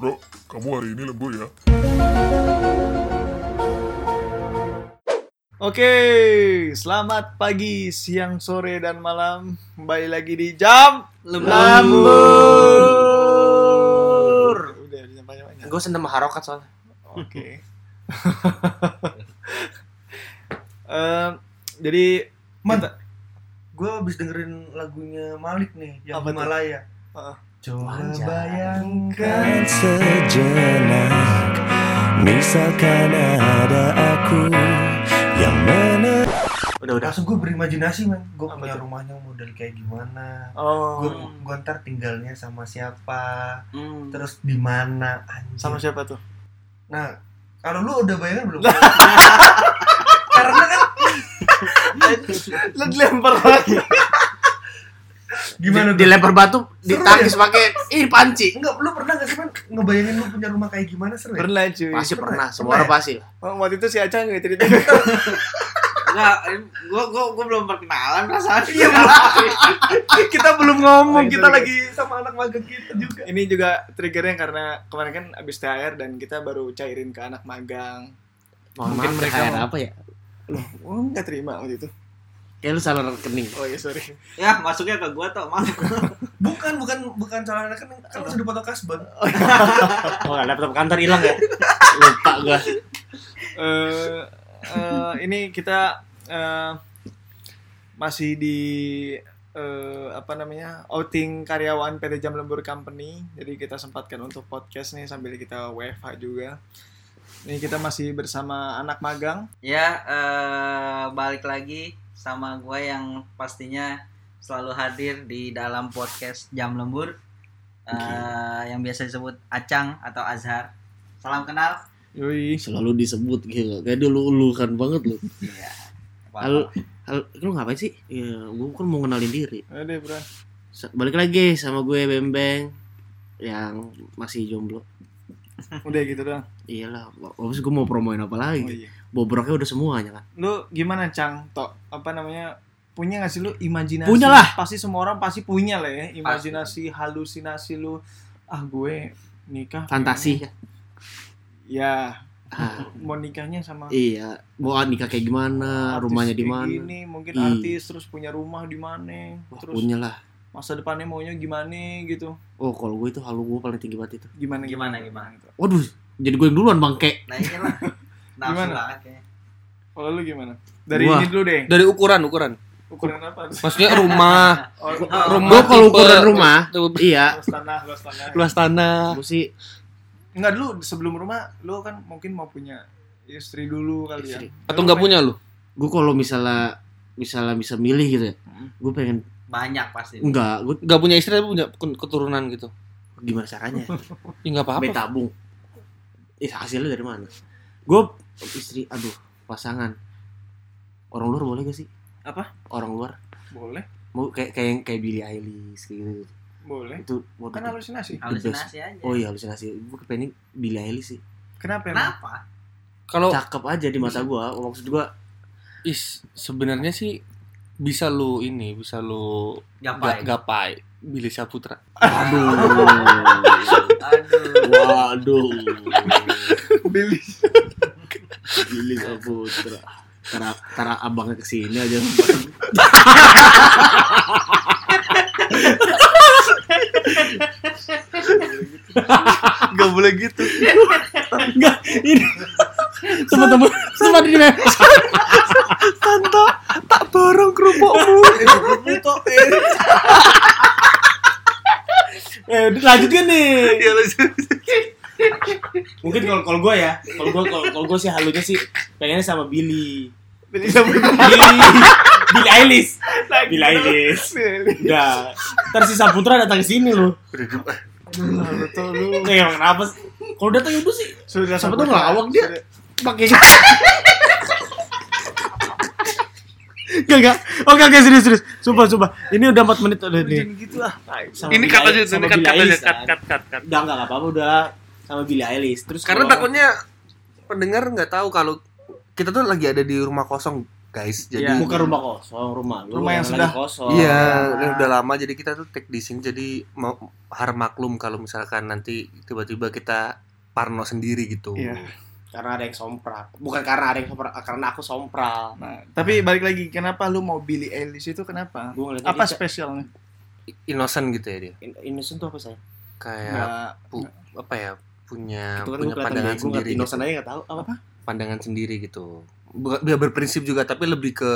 Bro, kamu hari ini lembur ya? Oke, selamat pagi, siang, sore, dan malam. Kembali lagi di jam Lembur. Udah, udah banyak-banyak. Gue seneng harokat soalnya. Oke. Em, jadi Mantap. Gue abis dengerin lagunya Malik nih, yang Apa tuh? Himalaya. Heeh. Coba Anjay. bayangkan Kan sejenak Misalkan ada aku Yang mana Udah udah. langsung gue berimajinasi man, gue Apa punya tuh? rumahnya model kayak gimana, oh, gue gue ntar tinggalnya sama siapa, Hmm. terus di mana, anjir. sama siapa tuh? Nah, kalau lu udah bayangin belum? Karena kan ya, Lu dilempar lagi. gimana? Di, dilempar batu, ditangkis pakai ih panci. Enggak, lu pernah gak sih man ngebayangin lu punya rumah kayak gimana seru ya? Pernah cuy. Pasti pernah, pernah, semua orang ya? pasti. Oh, waktu itu si Aca nggak cerita. Enggak, gua gua gua belum perkenalan perasaan. Iya, kita belum ngomong, Lagi kita serius. lagi sama anak magang kita juga. ini juga triggernya karena kemarin kan abis THR dan kita baru cairin ke anak magang. Mohon Mungkin maaf, mereka THR mau- apa ya? Oh, nggak terima waktu itu. Ya lu salah rekening. Oh ya sorry. ya masuknya ke gua tuh maaf Bukan, bukan, bukan salah anak kan, kan sudah potong kasban. Oh, laptop kantor hilang ya? Lupa gua. eh eh, ini kita eh, masih di eh, apa namanya outing karyawan PT Jam Lembur Company. Jadi kita sempatkan untuk podcast nih sambil kita WFH juga. Ini kita masih bersama anak magang. ya eh, balik lagi sama gua yang pastinya selalu hadir di dalam podcast jam lembur Eh, yang biasa disebut acang atau azhar salam kenal Yoi. Selalu disebut gitu. Kayak dulu lu kan banget lu. iya Halo, halo, lu ngapain sih? Ya, gua kan mau kenalin diri. Ayo deh, bro. Sa- Balik lagi sama gue Bembeng yang masih jomblo. Udah gitu dong. Iyalah, habis gue mau promoin apa Oh, lagi? iya. bobroknya udah semuanya Iya. kan Lu gimana, Cang? Tok, apa namanya? Punya gak sih lu imajinasi? Punya lah. Pasti semua orang pasti punya lah ya, imajinasi, halusinasi lu. Ah, gue nikah fantasi Iya. Ya, ah, mau nikahnya sama iya mau nikah kayak artis gimana Iya, rumahnya di kayak mana gini, mungkin Ih. artis terus punya rumah di mana, wah terus punya lah masa depannya maunya gimana gitu. oh kalau gue itu halu gue paling tinggi banget itu Gimana Gimana, gitu. waduh jadi gue yang duluan bangke nah iyalah nafsu Gimana? banget kayaknya Kalau lu gimana? Dari Wah. ini dulu deh. dari ukuran ukuran Ukuran apa? maksudnya rumah Oh, rumah gue kalau tipe- ukuran rumah tuh, iya luas tanah, luas tanah. luas tanah gue sih Enggak dulu sebelum rumah lu kan mungkin mau punya istri dulu kali Istri. ya. atau nggak punya lu gue kalau misalnya misalnya bisa milih gitu ya Hmm. gue pengen banyak pasti enggak gue nggak punya istri tapi punya ken- keturunan gitu gimana caranya ya nggak apa-apa Be tabung Ih, hasilnya dari mana gue istri aduh pasangan orang luar boleh gak sih Apa? orang luar Boleh, mau kayak kayak yang- kayak Billie Eilish kayak gitu boleh. itu waduh, Kan halusinasi. halusinasi aja oh iya halusinasi gue kepengen Billie Eilish sih Kenapa emang? kenapa kalau cakep aja di mata gue maksud gue is sebenarnya sih bisa lu ini bisa lu gapai ga- gapai Billy Saputra aduh aduh waduh Billy Saputra Tara, tara abangnya kesini aja Gak boleh gitu. Enggak, ini Teman-teman Sempat ini Eh, udah, lanjut gak nih? Iya, Mungkin kalau kalau gue ya, kalau gue kalau kalau gue sih halunya sih pengennya sama Billy. Jadi sama Billy, Billy Eilish, Billy Eilish. Udah. Ntar si Saputra datang ke sini lu. Betul lu. Kayak kenapa? sih? Kalau datang itu sih Sudah Siapa sempurna. tuh ngelawak dia? Sudah- pakai Gak, gak. Oke, oke, serius, serius. Sumpah, sumpah. Ini udah 4 menit udah nih. Jangan gitu lah. Sama ini Billie- kata aja sama ini cut Billie cut aja Eilish, cut kan. cut cut cut. Udah, enggak apa-apa, udah. Sama Billie Eilish. Terus karena kalau- takutnya pendengar nggak tahu kalau kita tuh lagi ada di rumah kosong guys. Iya. Jadi Bukan rumah kosong, rumah lu Rumah yang lagi sudah- kosong. Iya, ini udah lama jadi kita tuh take di sini jadi mau harap maklum kalau misalkan nanti tiba-tiba kita parno sendiri gitu. Iya. Karena ada yang sompral. Bukan karena ada yang sompral, karena aku sompral. Nah, tapi balik lagi kenapa lu mau Billy Eilish itu kenapa? Gua ngeliatnya Apa dia- spesialnya? Innocent gitu ya dia. In- Innocent tuh apa sih? Ya, Kayak Nah, apa ya? punya Itu kan punya gue kelihatan pandangan bego, nggak sendiri. gitu. innocent aja nggak tahu apa. pandangan sendiri gitu. Bu- Dia berprinsip juga tapi lebih ke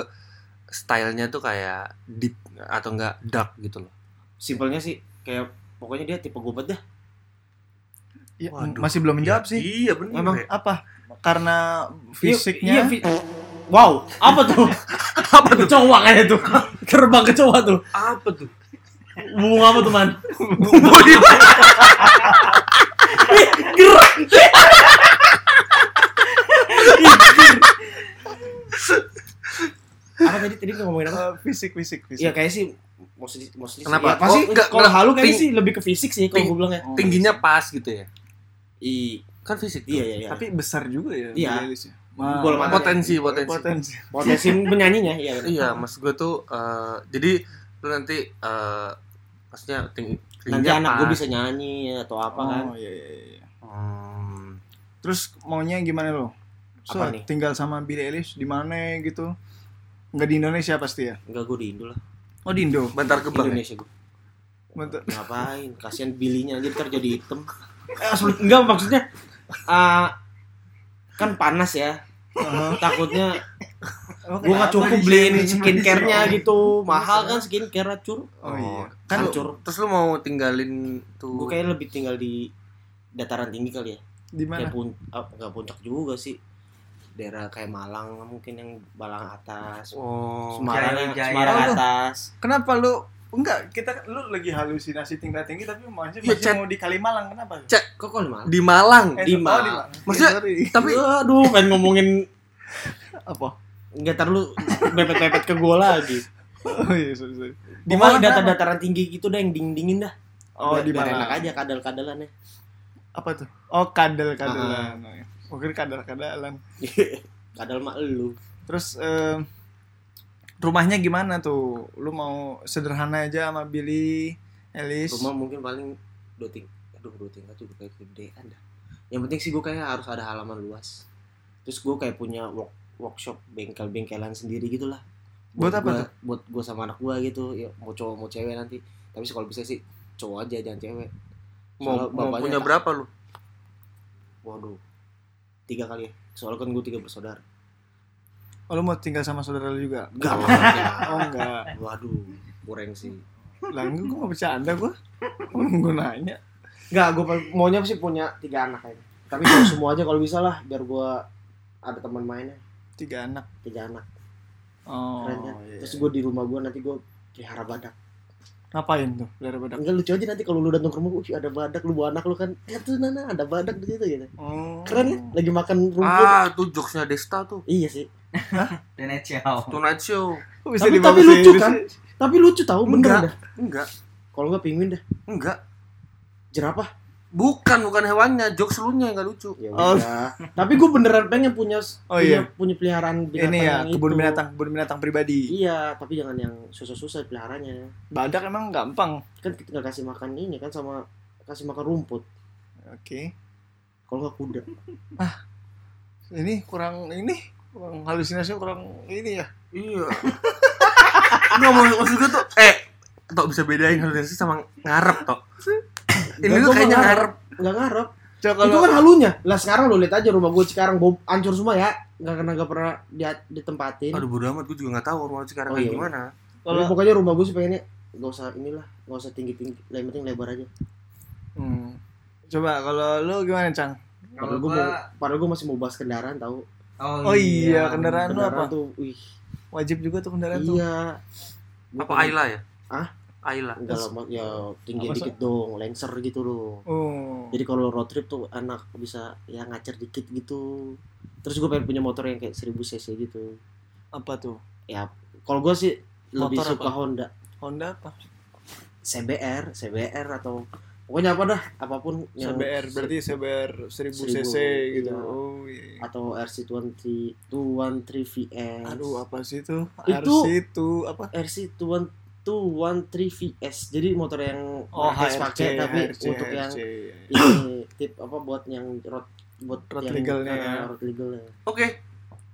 stylenya tuh kayak deep atau enggak dark gitu loh. Simpelnya sih kayak pokoknya dia tipe gue banget dah. ya, Waduh. masih belum menjawab sih. Iya benar. Memang apa? Karena Iya, fisiknya fi- wow, apa tuh? apa tuh? Kecoa kayaknya tuh. Terbang kecoa tuh. Apa tuh? Bunga apa tuh, Man? apa tadi tadi kita ngomongin apa? eh, fisik-fisik fisik. Iya kayaknya sih mostly mostly sih. Kenapa? Ya, pasti Oh, enggak, kalau enggak. halu kayaknya Ting- sih lebih ke fisik sih kalau ting- gue bilang ya. Oh. Tingginya pas gitu ya. I, Kan fisik. tuh. iya iya iya. Tapi Tapi besar juga ya Iya. Billie Eilish ya. Wah, Bola mata. Potensi, potensi. potensi. potensi penyanyinya iya. iya. Iya, mas gue tuh eh, jadi lu nanti eh maksudnya ting- Nanti tingginya anak pas. gue bisa nyanyi atau apa kan. Oh, iya, iya, iya. Hmm. Terus maunya gimana lo? So, Apa nih? tinggal sama Billie Eilish di mana gitu? Enggak di Indonesia pasti ya? Enggak gue di Indo lah. Oh, di Indo. Bantar gebang. ya? Indonesia gue. Bentar. Ngapain? Kasihan bilinya aja ntar jadi hitam. Eh, sebelum- enggak maksudnya eh, kan panas ya. Takutnya oh, gue nggak cukup beliin skincare-nya gitu. Mahal kan skincare cur. Oh iya. Kan lu- Hancur. terus lu mau tinggalin tuh Gue kayaknya lebih tinggal di dataran tinggi kali ya. Di kayak mana? pun ah, nggak puncak juga sih daerah kayak Malang mungkin yang Balang atas Oh. Semarang yang Jaya-Jaya. Semarang Oh. atas Kenapa lu enggak kita kan, lu lagi halusinasi tingkat tinggi tapi masih, Iya, masih Chan. mau di Kalimalang kenapa? kok kok di Malang Di Malang. Eh, Di oh, Malang. Malang. Maksudnya- Iya, sorry. Tapi aduh pengen ngomongin apa? nggak terlalu bepet-bepet ke gua lagi Oh iya, sorry, sorry. di Malang kenapa? datar-dataran tinggi gitu dah yang dingin-dingin dah Oh, Biar- di biar Malang. enak aja kadal-kadalannya Apa tuh? Oh, kadal-kadalan. Oh, iya. Mungkin kadal-kadalan. kadal mah elu Terus eh, rumahnya gimana tuh? Lu mau sederhana aja sama Billy, Elis? rumah mungkin paling dua ting aduh dua tingkat juga kayak gedean dah yang penting sih gue kayak harus ada halaman luas terus gue kayak punya work, workshop bengkel-bengkelan sendiri gitu lah Buat apa gua- tuh? buat gue sama anak gue gitu ya mau cowok mau cewek nanti tapi sih kalau bisa sih cowok aja jangan cewek mau, Soalnya mau bapaknya punya tak- berapa lu? waduh tiga kali ya soalnya kan gue tiga bersaudara Oh, lu mau tinggal sama saudara lu juga? enggak Oh, enggak. waduh kurang sih Lah, enggak, gua mau bercanda gua. Gua nanya. enggak gue maunya sih punya tiga anak aja tapi cowok semua aja kalau bisa lah biar gue ada teman mainnya Tiga anak. tiga anak Oh, keren kan? iya. Terus gue di rumah gue nanti gue pelihara badak. ngapain tuh? Pelihara badak. Enggak lucu aja nanti kalau lu datang ke rumah gue, "Wih, ada badak, lu bawa anak lu kan, eh tuh nana ada badak di situ gitu. Oh. Keren kan? Lagi makan rumput. Ah, tuh jokesnya Desta tuh. Iya sih. Dan Ed Xiao. Tonight Show. Kok bisa Tapi, tapi dibahas lucu Inggris kan? sih? Tapi lucu tau, bener Enggak. dah. Enggak, Kalau enggak penguin dah. enggak. Jerapah. Bukan, bukan hewannya, jokes lu nya yang enggak lucu. Ya Oh. udah. tapi gue beneran pengen punya Oh, punya, iya. punya peliharaan binatang Ini ya, yang kebun itu. binatang, kebun binatang pribadi. Iya, tapi jangan yang susah-susah peliharanya. Badak emang gampang. Kan kita tinggal kasih makan ini kan sama kasih makan rumput. Oke. Kalau enggak kuda. Ini kurang ini kurang halusinasi kurang ini ya. Iya. Enggak mau maksud gue tuh eh Tok bisa bedain halusinasi sama ngarep Tok. Ini Enggak, tuh gua kayaknya nggak ngarep. Enggak ngarep. Coba itu kan halunya lah sekarang lo lihat aja rumah gue sekarang bob hancur semua ya nggak kena nggak pernah dia ditempatin Aduh bodo amat gue juga enggak tahu rumah lu sekarang Oh, kayak iya. gimana. Tapi kalau pokoknya rumah gue sih pengennya nggak usah inilah nggak usah tinggi tinggi yang penting lebar aja Hmm. coba kalau lu gimana, Cang? padahal Kalau gue mau gua padahal gue masih mau bahas kendaraan tahu Oh iya, kendaraan lu kendaraan apa? tuh wih Wajib juga tuh kendaraan tuh. iya Gua Apa pengen- Ayla ya? Hah? Ayla. nggak lama ya tinggi Apa, dikit dong lancer gitu loh Oh. jadi kalau road trip tuh anak bisa ya ngacer dikit gitu terus gue pengen punya motor yang kayak 1000 cc gitu Apa tuh? ya kalau gue sih lebih Motor suka apa? Honda Honda apa? CBR, CBR atau pokoknya apa dah apapun yang CBR berarti CBR 1000 Ya, Seribu, cc gitu. iya. Oh iya. atau RC 20 213VS Aduh apa sih itu? Itu- RC itu apa? RC 213VS jadi motor yang Oh Marquez HRC, pakai tapi HRC, untuk yang HRC, iya. ini tip apa buat yang road buat Road yang, ah, legalnya ya. road legalnya Oke,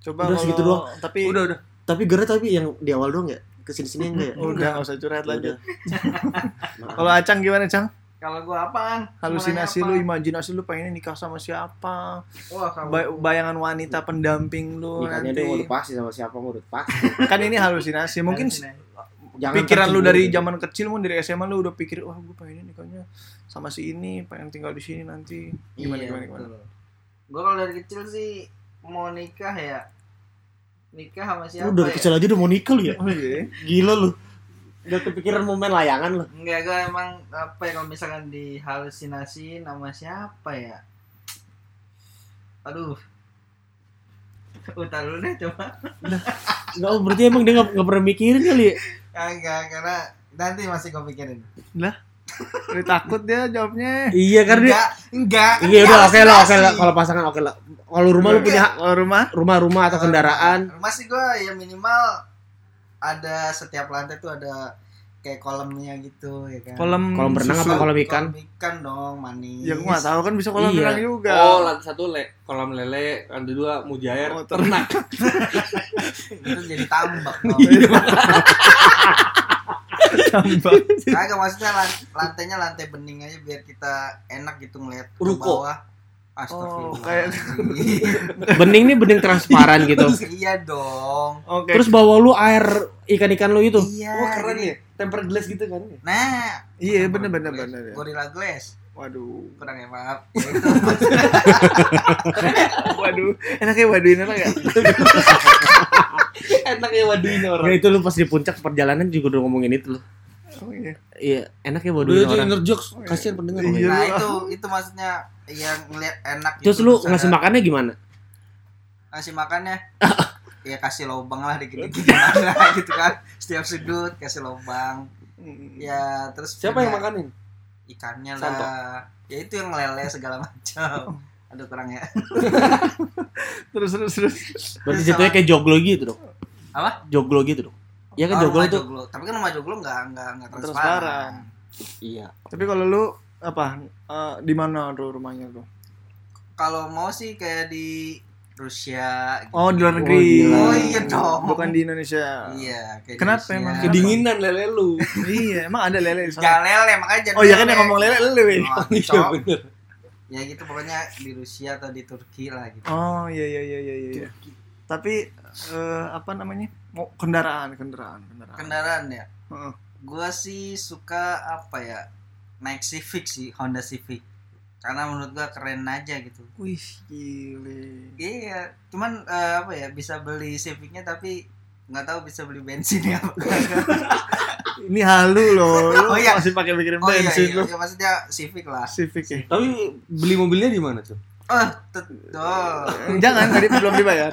Coba Udah kalau- segitu doang. Tapi udah udah. tapi gara tapi yang di awal doang ya kesini sini enggak ya udah nggak usah curhat lanjut. Kalau kalau Acang gimana, Cang? Kalau gua apaan? Halusinasi lu, Mulai apa? imajinasi lu pengen nikah sama siapa? Wah, kalau Ba- bayangan wanita pendamping lu Nikahnya dia nanti. udah pasti sama siapa mau udah pasti. Kan ini halusinasi. Mungkin Halusinasi. Jangan gitu. pikiran lu tersinggung. dari zaman kecil mungkin dari SMA lu udah pikir wah gue pengen nikahnya sama si ini pengen tinggal di sini nanti gimana Iya, gimana gimana betul. Gua kalau dari kecil sih mau nikah ya. Nikah sama Lu siapa? dari ya? kecil aja udah mau nikah lu ya? oh iya Gila lu. Udah kepikiran mau main layangan lu. Enggak, gua emang apa ya kalau misalkan dihalusinasi nama siapa ya? Aduh. Utar dulu deh coba. Enggak, oh, berarti emang dia enggak pernah mikirin kali ya? Enggak, karena nanti masih gua pikirin. Dia takut dia jawabnya Iya, karena dia Enggak, enggak. kan Iya udah oke lah, oke lah. Kalau pasangan oke lah. Kalau rumah lu punya kalau rumah rumah-rumah atau kendaraan, Rumah sih gua ya minimal ada setiap lantai tuh ada kayak kolamnya gitu ya kan. kolam kolam berenang apa susu. kolam ikan? Kolam ikan dong, manis. ya gue nggak tahu kan bisa kolam Iya. berenang juga Oh, lantai satu le kolam lele, lantai dua mujair, Oh, ter- ternak. Itu jadi tambak dong. tambah Kagak maksudnya lan- lantainya lantai bening aja biar kita enak gitu ngeliat ke Ruko. bawah. Oh, Astagfirullah. kayak- Bening nih bening transparan gitu. iya dong. oke Terus bawa lu air ikan-ikan lu itu. Iya. Oh, Wah, keren ya. Tempered glass gitu kan. ya? Nah, iya bener bener bener ya. Gorilla Glass. waduh Kurang ya, maaf. Ya itu. waduh enaknya waduh ini ya? enggak Enak ya waduhin Iya. Nah, orang. itu lu pas di puncak perjalanan juga udah ngomongin itu lu. oh iya Iya, enak ya Udah bodohin itu orang. inner jokes, kasihan pendengar. ya. Iya. nah, itu itu maksudnya yang ngeliat enak gitu Terus lu ada- ngasih makannya gimana? ngasih makannya ya kasih lobang lah dikit-dikit gimana gitu kan setiap sudut kasih lobang Hmm. ya terus Siapa yang punya makanin? ikannya Santo. lah ya itu yang lele segala macam aduh kurang ya terus terus terus Berarti jatuhnya kayak joglo gitu dong. Apa? Joglo gitu dong. Iya kan Oh, joglo rumah itu. joglo. tapi kan rumah joglo nggak nggak nggak Transparan. transparan Iya. tapi kalau lu apa eh, di mana tuh rumahnya tuh kalau mau sih kayak di Rusia gitu. oh di luar Oh, negeri gila. Oh, iya dong. bukan di Indonesia iya kayak di Kenapa Rusia. emang? Kedinginan lele lu. iya emang ada lele di sana jangan lele makanya jangan oh iya kan yang lele. ngomong lele lele weh. Oh, Iya cok. bener. ya gitu pokoknya di Rusia atau di Turki lah gitu Oh iya iya iya iya iya. Tapi eh, apa namanya? Mau kendaraan, kendaraan, kendaraan. kendaraan ya Ah. Heeh. gua sih suka apa ya naik Civic sih Honda Civic karena menurut gua keren aja gitu Wih, gile. iya cuman eh, apa ya bisa beli Civicnya tapi nggak tahu bisa beli bensin ya Ini halu loh. Lu Oh, iya. masih pakai mikirin oh iya, bensin iya, lu. iya maksudnya Civic lah Civic ya. Tapi beli mobilnya di mana tuh? oh betul Jangan tadi belum dibayar.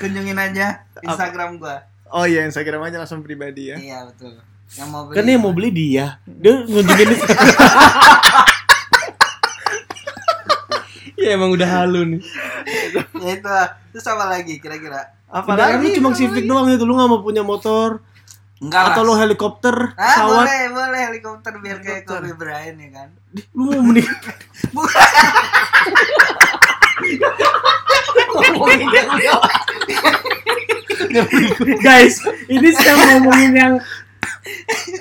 kunjungin aja Instagram gua Oh iya, Instagram aja langsung pribadi ya. iya betul yang mau beli Kan dia mau beli dia. Dia ngunjungin dia. Ya emang udah halu nih. ya itu lah. terus apa lagi kira-kira Padahal lu Apalagi cuma Civic doang itu lu nggak mau punya motor enggak atau lu lah helikopter, ah, pesawat, boleh boleh helikopter biar kayak Kobe Bryant ya kan lu mau menikah. bukan Guys, ini saya ngomongin yang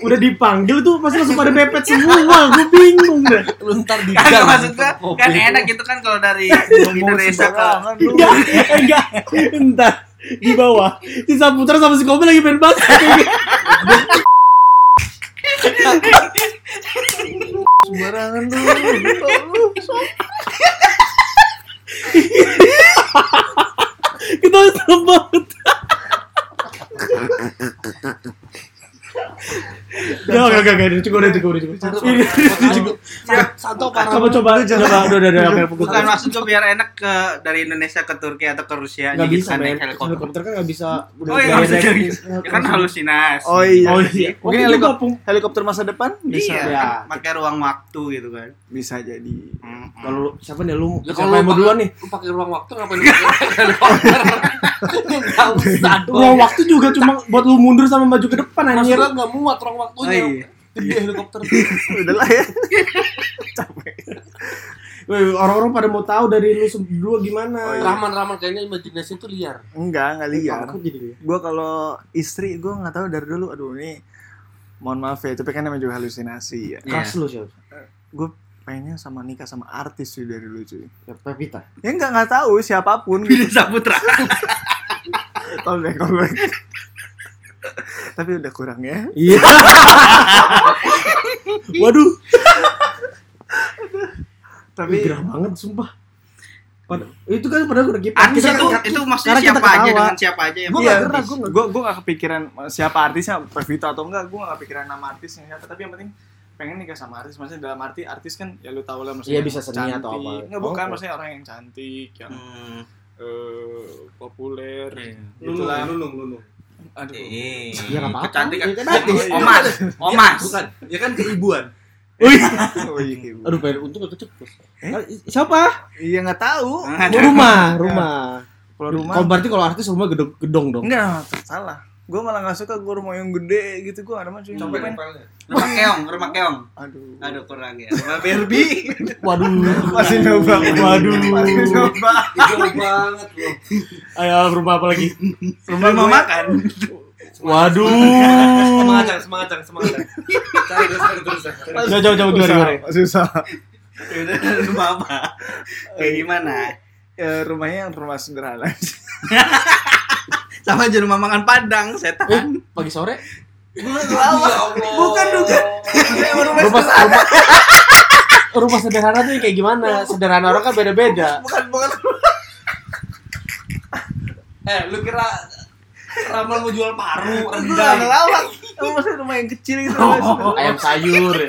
udah dipanggil tuh pasti langsung pada mepet semua, gue bingung deh. Luntar di Kagak maksud gua kan enak gitu kan kalau dari Indonesia ke Enggak, enggak, entar di bawah. Si Saputra sama si Kobe lagi main basket. sembarangan lu. Gitu lu. Kita serem banget. Ya, enggak, enggak, enggak, udah cukup, udah cukup, udah cukup. Ini- ini cukup. Sa- Atau Coba coba coba udah udah udah oke, fokus. Bukan maksud gue biar enak ke dari Indonesia ke Turki atau ke Rusia nggak jadi bisa sana men. helikopter. Helikopter kan nggak bisa. udah Oh iya, nggak bisa direct. Ya kan halusinasi. Oh iya. Oh iya. Mungkin Mungkin juga helikopter, helikopter masa depan bisa. Iya, ya. kan pakai ruang waktu gitu kan. Bisa jadi. Hmm. kalau lu- siapa nih lu? Ya, Kalau mau duluan nih. Lu pakai ruang waktu ngapain lu pakai helikopter? Enggak usah. ya. Ruang waktu juga cuma buat lu mundur sama maju ke depan anjir. Maksudnya enggak muat ruang waktunya. Oh, iya. Gede helikopter. Oh, iya. Udahlah ya. Weh, Orang-orang pada mau tahu dari lu berdua gimana. Oh, iya. Iya. Raman-raman kayaknya imajinasi tuh liar. Enggak, enggak liar. Aku jadi liar. Gue Iya, kalau istri gue nggak tahu dari dulu. Aduh ini mohon maaf ya, tapi kan namanya juga halusinasi ya. Keras lu siapa? Gue pengennya sama nikah sama artis sih dari dulu cuy. Pevita. Ya enggak nggak tahu siapapun gitu. Bisa putra. Tolong tolong. Tapi udah kurang ya. Iya. Waduh. Tapi Tapi gerah banget sumpah. Pad- itu kan padahal udah kipas. Artis itu itu maksudnya sekarang kita siapa aja ketawa. dengan siapa aja yang Gua Iya, nggak gerah, gua nggak- gue gue gak kepikiran eh, siapa artisnya Pevita atau enggak, gue gak kepikiran nama artisnya siapa. Tapi yang penting pengen nikah sama artis. Maksudnya dalam arti artis kan ya lu tau lah maksudnya. Iya, bisa seni atau apa. Enggak bukan, Oh. maksudnya orang yang cantik, yang Hmm. eh, populer. Iya. Lulung, Itulah. lulung, lulung. Aduh. Eh, Ya Iya, nggak apa-apa. kecantikan. Ya kan artis. gitu. Omas, omas. Bukan, ya kan keibuan. Oh, iya, Bu. Aduh, pengen untung aku cepet. Hmm. Eh? Siapa? iya nggak tahu. Oh, rumah, rumah. Kalau rumah Kalau berarti kalau artis rumah gedong, gedong dong. enggak salah. Gue malah gak suka gue rumah yang gede gitu, gue ada masuk yang pengen- Rumah keong, rumah keong. Aduh. Aduh kurang ya. Rumah Barbie. Waduh. Masih nyoba. Waduh. Masih nyoba. Jauh banget loh. Ayo rumah apa lagi? Hmm. Rumah mau makan. Waduh. Semangacang, semangacang, semangacang. Jauh jauh jauh gimana gimana? Susah. kan? Rumah apa? Kayak gimana? Ya, rumahnya yang rumah sederhana. Sama aja rumah makan Eh, Padang, setan. Pagi sore Bukan juga. Rumah rumah rumah sederhana tuh yang kayak gimana? Sederhana orang kan beda-beda. Bukan bukan. Eh, lu kira Ramal mau Oh, jual paru, Bukan rendang, lawak. Emang maksudnya rumah yang kecil gitu. oh. Ayam sayur. ya.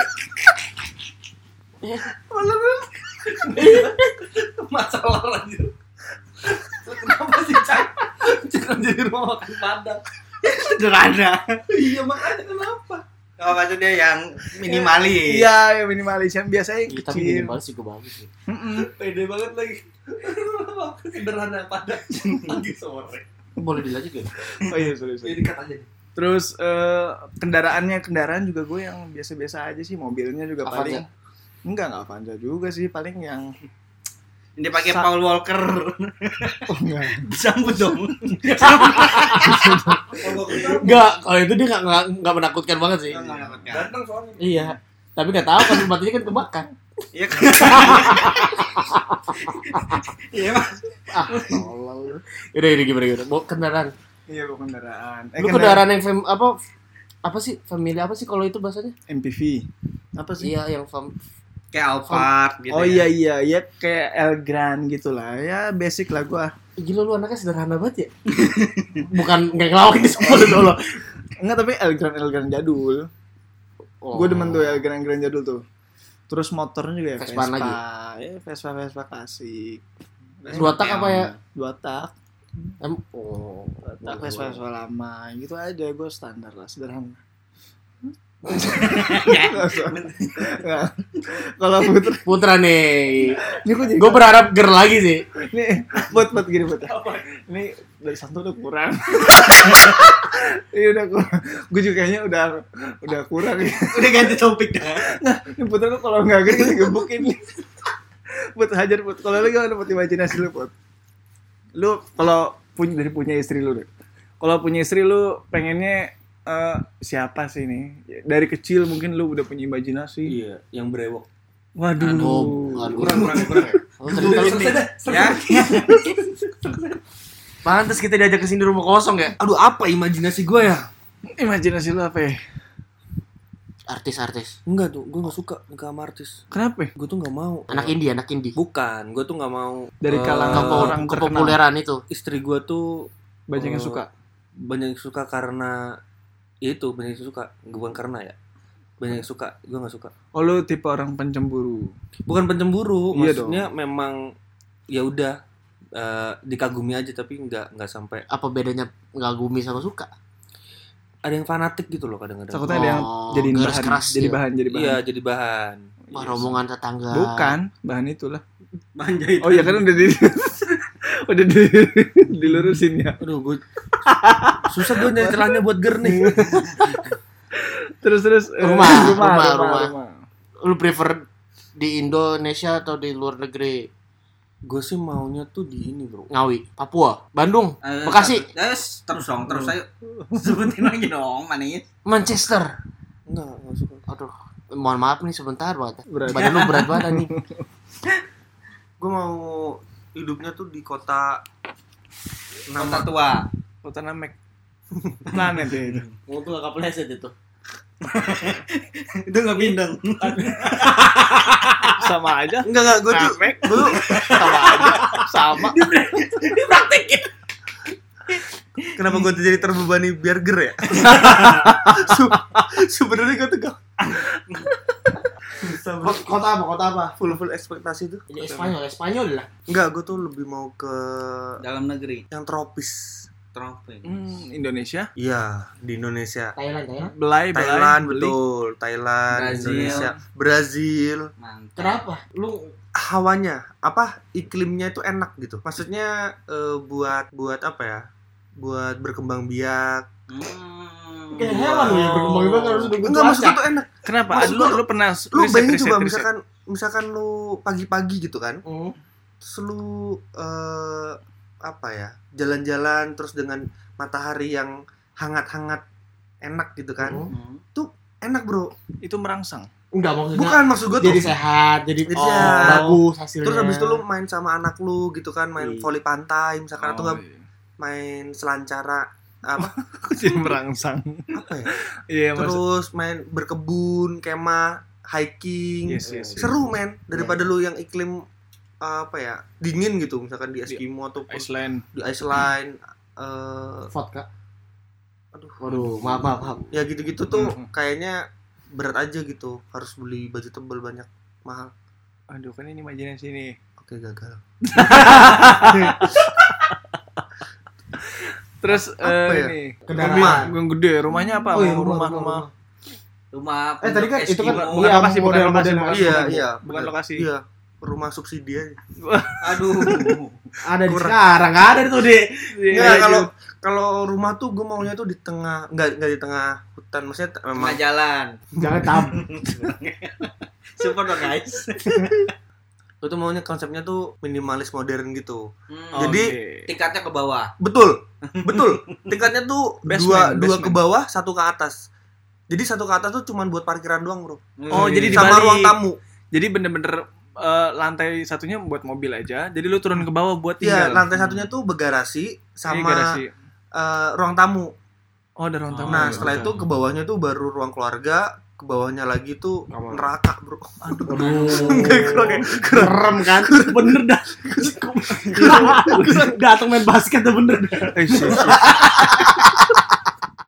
masalah anjir. Lu Kenapa sih, Cang? Jangan jadi rumah makan padang. Sederhana. Iya, makanya kenapa? Oh, maksudnya yang minimalis. Iya, yang minimalis yang biasanya Ih, Tapi kecil. minimal sih gue bagus sih. Pede banget lagi. Rumah makan Sederhana padang pagi sore. Boleh dilanjut gak? Oh iya, sorry, sorry. Jadi kata aja. Terus eh, kendaraannya kendaraan juga gue yang biasa-biasa aja sih, mobilnya juga paling. Avanza. Enggak, enggak Avanza juga sih, paling yang Yang dipakai Sa- Paul Walker. oh, enggak. Sambut dong. Enggak, kalau itu dia nggak nggak nggak menakutkan banget sih. Ya. Ganteng soalnya. Iya. Tapi nggak tahu kan matinya kan kebakar. Iya kan? Iya, Mas. Ah, tolol. Udah, ini gimana gimana? Bawa kendaraan. Iya, gue kendaraan. Eh, Lu kendaraan yang fam apa apa sih family apa sih kalau itu bahasanya? MPV. Apa sih? Iya, yang fam Kayak Alphard gitu. oh ya. iya iya, ya kayak Elgrand gitu lah. Ya basic lah gue. Ih, Gila lu anaknya sederhana banget ya. Bukan nggak ngelawak di sekolah dulu. Enggak, tapi Elgrand Elgrand jadul. Gue demen tuh ya grand grand jadul tuh. Terus motornya juga ya Vespa. Vespaan lagi. Ya, Vespa Vespa klasik. Dua tak apa ya? Dua tak, Em oh. dua tak Vespa Vespa lama. Gitu aja gue standar lah sederhana. Ya. Nggak. Kalau putra Putra nih. ini gue jadi Gue berharap ger lagi sih. ini buat buat gini buat ya. ini dari satu udah kurang ini udah kurang gue juga kayaknya udah udah kurang ya. Nah, Udah ganti topik dah. ini putra lu kalau nggak gini gebukin buat hajar buat kalau lu gimana buat imajinasi lu buat lu kalau punya dari punya istri lu deh kalau punya istri lu pengennya eh, siapa sih nih dari kecil mungkin lu udah punya imajinasi Iya, yang brewok. waduh Kurang kurang kurang. ya? Oh, Lu cerita lu nih. Ya. Pantes kita diajak ke sini rumah kosong ya. Aduh, apa imajinasi gue ya? imajinasi lu apa ya Artis-artis. Enggak tuh, gue gak suka nikah sama artis. kenapa ya? Gue tuh gak mau. Anak indie, anak indie. Bukan, gue tuh gak mau. dari Eh, kalangan kepo- orang terkenal kepopuleran itu. Istri gue tuh banyak yang eh, suka banyak yang suka karena ya itu banyak yang suka bukan karena ya banyak yang suka gue nggak suka Oh lu tipe orang pencemburu. bukan pencemburu Iya maksudnya memang ya udah eh, dikagumi aja tapi nggak nggak sampai apa bedanya ngagumi sama suka ada yang fanatik gitu loh kadang-kadang Oh. Takutnya ada yang Oh, jadi garis bahan, keras jadi ya. bahan, jadi bahan. Iya. iya jadi bahan Wah, rombongan tetangga Bukan, bahan itulah. Manja itu. Oh iya kan udah di udah di, dilurusin ya. aduh gue susah gue nyari celahnya buat ger nih Terus terus eh, Rumah, rumah, rumah. rumah. lu prefer di Indonesia atau di luar negeri gue sih maunya tuh di ini bro Ngawi Papua Bandung Eh, Bekasi. satu- eh, terus dong, terus Hmm. ayo. Sebutin lagi dong, mana ya? Manchester nggak nggak suka aduh mohon maaf nih sebentar banget Berat. badan lu berat banget nih gue mau hidupnya tuh di kota Kota tua. Kota Namek. Planet ya itu. Untung gak kepleset Oh, itu. Itu nggak bindeng. Sama aja. enggak enggak gue Nah. tuh Namek gue tuh sama aja sama kenapa gue tuh jadi terbebani biar ger ya Se- sebenarnya gue tuh gak kota apa kota apa full full ekspektasi tuh jadi Espanyol Espanyol lah enggak gue tuh lebih mau ke Dalam negeri. yang tropis Trofi. Hmm, Indonesia. iya di Indonesia Thailand ya? Thailand Belai, belai. Thailand beli. betul Thailand Brazil. Indonesia Brazil Mantap. kenapa lu hawanya apa iklimnya itu enak gitu maksudnya eh, buat buat apa ya buat berkembang biak Hmm. kayak hewan lu ya, berkembang biak harus nunggu enggak maksudnya tuh enak Kenapa? Maksud Lu, gua- lu pernah lu riset, bayangin riset, coba riset. misalkan misalkan lu pagi-pagi gitu kan Hmm. terus lu eh, apa ya jalan-jalan terus dengan matahari yang hangat-hangat enak gitu kan Hmm. enak bro itu merangsang. enggak maksudnya bukan maksud gue tuh jadi sehat jadi, Jadi oh, sehat. bagus hasilnya terus habis itu lu main sama anak lu gitu kan main Iya. voli pantai misalkan atau Oh, nggak main selancara iya. jadi merangsang. apa ya Iya, Mas. terus main berkebun kemah hiking Yes, yes, yes. seru men daripada lu yang iklim apa ya dingin gitu misalkan di Eskimo atau Iceland. di Iceland eh, vodka aduh waduh maaf maaf maaf ya gitu-gitu tuh Mhm. kayaknya berat aja gitu harus beli baju tebal banyak mahal Aduh, kan ini imajinasi nih. oke gagal Terus Apa eh, ya? ini Kendaraan. mobil yang gede, rumahnya apa? Oh, iya, Mau rumah, rumah, rumah, rumah. Rumah eh tadi kan penduduk itu kan Eskimo. bukan iya, lokasi, bukan model- lokasi, model- bukan. iya bukan- iya bukan bener. lokasi. iya rumah subsidi aja Aduh. ada di Kurang. sekarang nggak ada tuh deh Iya, Nggak, iya, kalau kalau rumah tuh gue maunya tuh di tengah nggak nggak di tengah hutan maksudnya t- Rumah memang jalan. jangan tam Super dong guys. gue tuh maunya konsepnya tuh minimalis modern gitu Hmm. iya. Jadi- Oke. tingkatnya ke bawah. betul betul tingkatnya tuh Basement, dua dua basement. ke bawah satu ke atas jadi satu ke atas tuh cuman buat parkiran doang bro Oh, jadi di sama Bali. ruang tamu Jadi bener-bener eh, lantai satunya buat mobil aja. Jadi lu turun ke bawah buat iya tinggal. Iya lantai satunya tuh bergarasi Jadi sama garasi. eh, ruang tamu Oh, ada ruang tamu. nah Iya, iya. setelah itu ke bawahnya tuh baru ruang keluarga ke bawahnya lagi tuh Kamar. neraka bro Enggak kurang ya? Kerem kan? Bener dah. Datang main basket dah bener dah. Eh, sus, sus.